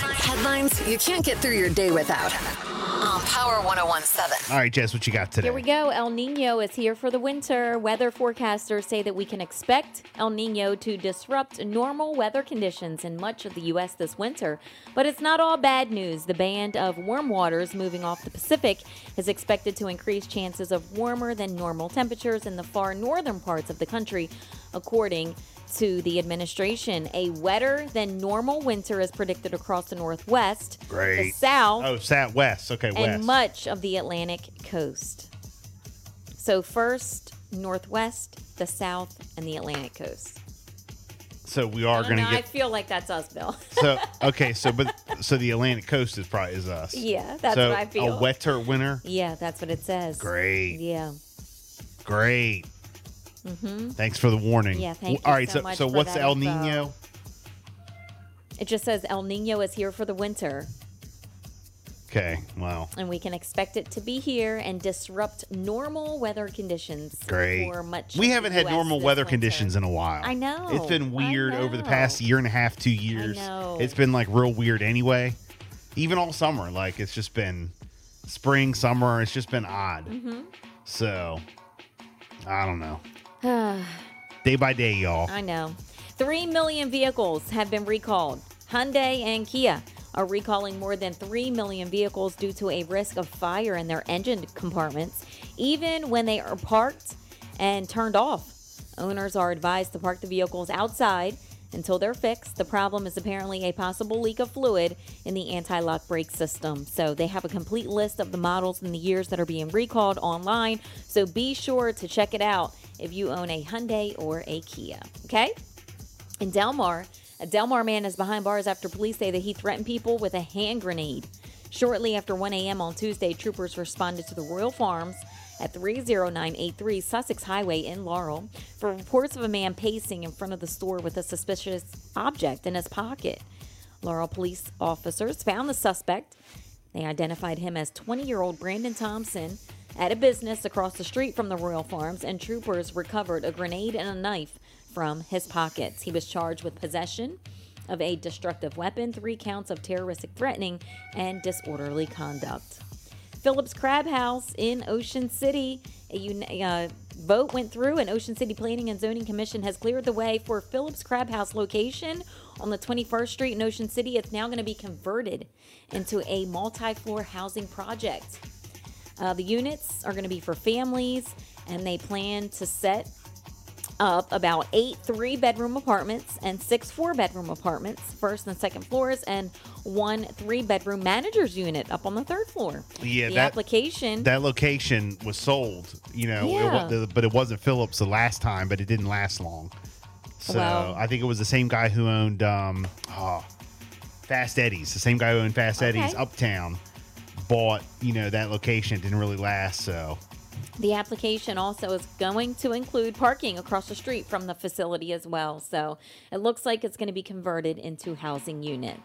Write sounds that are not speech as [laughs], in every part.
headlines you can't get through your day without on Power 1017. All right, Jess, what you got today? Here we go. El Nino is here for the winter. Weather forecasters say that we can expect El Nino to disrupt normal weather conditions in much of the U.S. this winter. But it's not all bad news. The band of warm waters moving off the Pacific is expected to increase chances of warmer than normal temperatures in the far northern parts of the country, according to the administration. A wetter than normal winter is predicted across the Northwest, the Great. South, Oh, Sat West. Okay, West. and much of the Atlantic coast. So, first, Northwest, the South, and the Atlantic coast. so we are I going to know, I get. feel like that's us, Bill. [laughs] so okay, so but so the Atlantic coast is probably is us. yeah, that's so what I feel. a wetter winter. yeah, that's what it says. Great, Yeah. Mm-hmm. great. Thanks for the warning. Yeah, thank All you right, so so much so for what's that El info. Nino? It just says El Nino is here for the winter, Okay, wow, and we can expect it to be here and disrupt normal weather conditions great. for much. We of haven't the had US normal this weather winter. conditions in a while. I know, It's been I weird over the know. past year and a half, two years. know. It's been like real weird anyway. Even all summer, like it's just been spring, summer. It's just been odd. Mm-hmm. So I don't know. [sighs] day by day, y'all. I know. Three million vehicles have been recalled. Hyundai and Kia are recalling more than 3 million vehicles due to a risk of fire in their engine compartments, even when they are parked and turned off. Owners are advised to park the vehicles outside until they're fixed. The problem is apparently a possible leak of fluid in the anti lock brake system. So they have a complete list of the models and the years that are being recalled online. So be sure to check it out if you own a Hyundai or a Kia. Okay? In Delmar, a Delmar man is behind bars after police say that he threatened people with a hand grenade. Shortly after 1 a.m. on Tuesday, troopers responded to the Royal Farms at 30983 Sussex Highway in Laurel for reports of a man pacing in front of the store with a suspicious object in his pocket. Laurel police officers found the suspect. They identified him as 20 year old Brandon Thompson at a business across the street from the Royal Farms, and troopers recovered a grenade and a knife from his pockets. He was charged with possession of a destructive weapon, three counts of terroristic threatening, and disorderly conduct. Phillips Crab House in Ocean City. A uni- uh, vote went through, and Ocean City Planning and Zoning Commission has cleared the way for Phillips Crab House location on the 21st Street in Ocean City. It's now going to be converted into a multi floor housing project. Uh, the units are going to be for families, and they plan to set up about eight three bedroom apartments and six four bedroom apartments, first and second floors, and one three bedroom manager's unit up on the third floor. Yeah, the that- application. That location was sold, you know, it wa- Yeah. the- but it wasn't Phillips the last time, but it didn't last long. So Wow. I think it was the same guy who owned um, oh, Fast Eddie's, the same guy who owned Fast Eddie's Okay. Uptown, bought, you know, that location. It didn't really last. So the application also is going to include parking across the street from the facility as well. So it looks like it's going to be converted into housing units.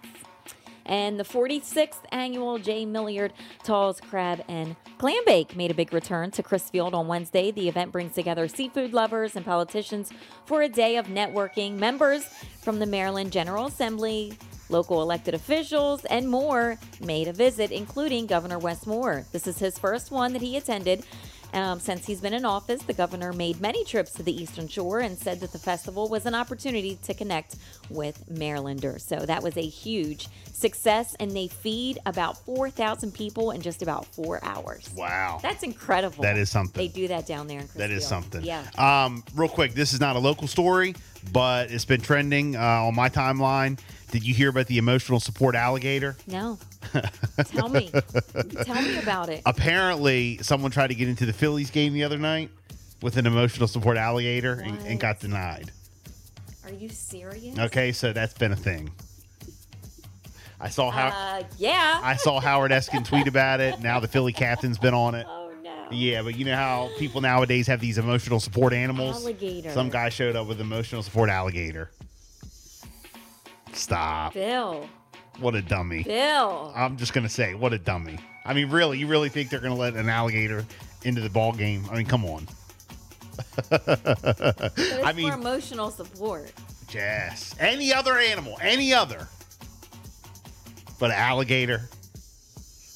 And the 46th annual J. Milliard Tall's Crab and Clam Bake made a big return to Chrisfield on Wednesday. The event brings together seafood lovers and politicians for a day of networking. Members from the Maryland General Assembly, local elected officials, and more made a visit, including Governor Wes Moore. This is his first one that he attended. Um, since he's been in office, the governor made many trips to the Eastern Shore and said that the festival was an opportunity to connect with Marylanders. So that was a huge success, and they feed about 4,000 people in just about four hours. wow, That's incredible. That is something. They do that down there in that is Crisfield. something. Yeah. Um, real quick, this is not a local story, but it's been trending uh, on my timeline. Did you hear about the emotional support alligator? [laughs] No. Tell me. Tell me about it. apparently someone tried to get into the Phillies game the other night with an emotional support alligator and, and got denied. Are you serious? Okay, so that's been a thing. I saw how Uh, yeah. I saw Howard Eskin tweet about it. Now the Philly captain's been on it. oh, no. Yeah, but you know how people nowadays have these emotional support animals. Alligator. Some guy showed up with emotional support alligator. Stop! Bill. What a dummy! Bill. I'm just gonna say, what a dummy. I mean, really, you really think they're gonna let an alligator into the ball game? I mean, come on. It's I mean, for emotional support. yes. Any other animal, any other. but alligator.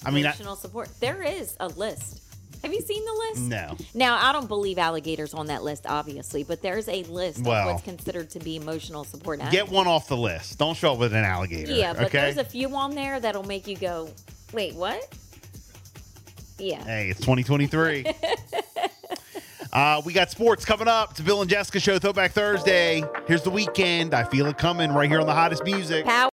I mean, I, Emotional support. There is a list. Have you seen the list? no. Now, I don't believe alligators on that list, obviously, but there's a list Well. of what's considered to be emotional support. Get animals. one off the list. Don't show up with an alligator. Yeah, but okay. there's a few on there that'll make you go, wait, what? Yeah. Hey, it's [laughs] 2023. uh, we got sports coming up. It's the Bill and Jessica Show, Throwback Thursday. Here's the weekend. I feel it coming right here on the hottest music. Power.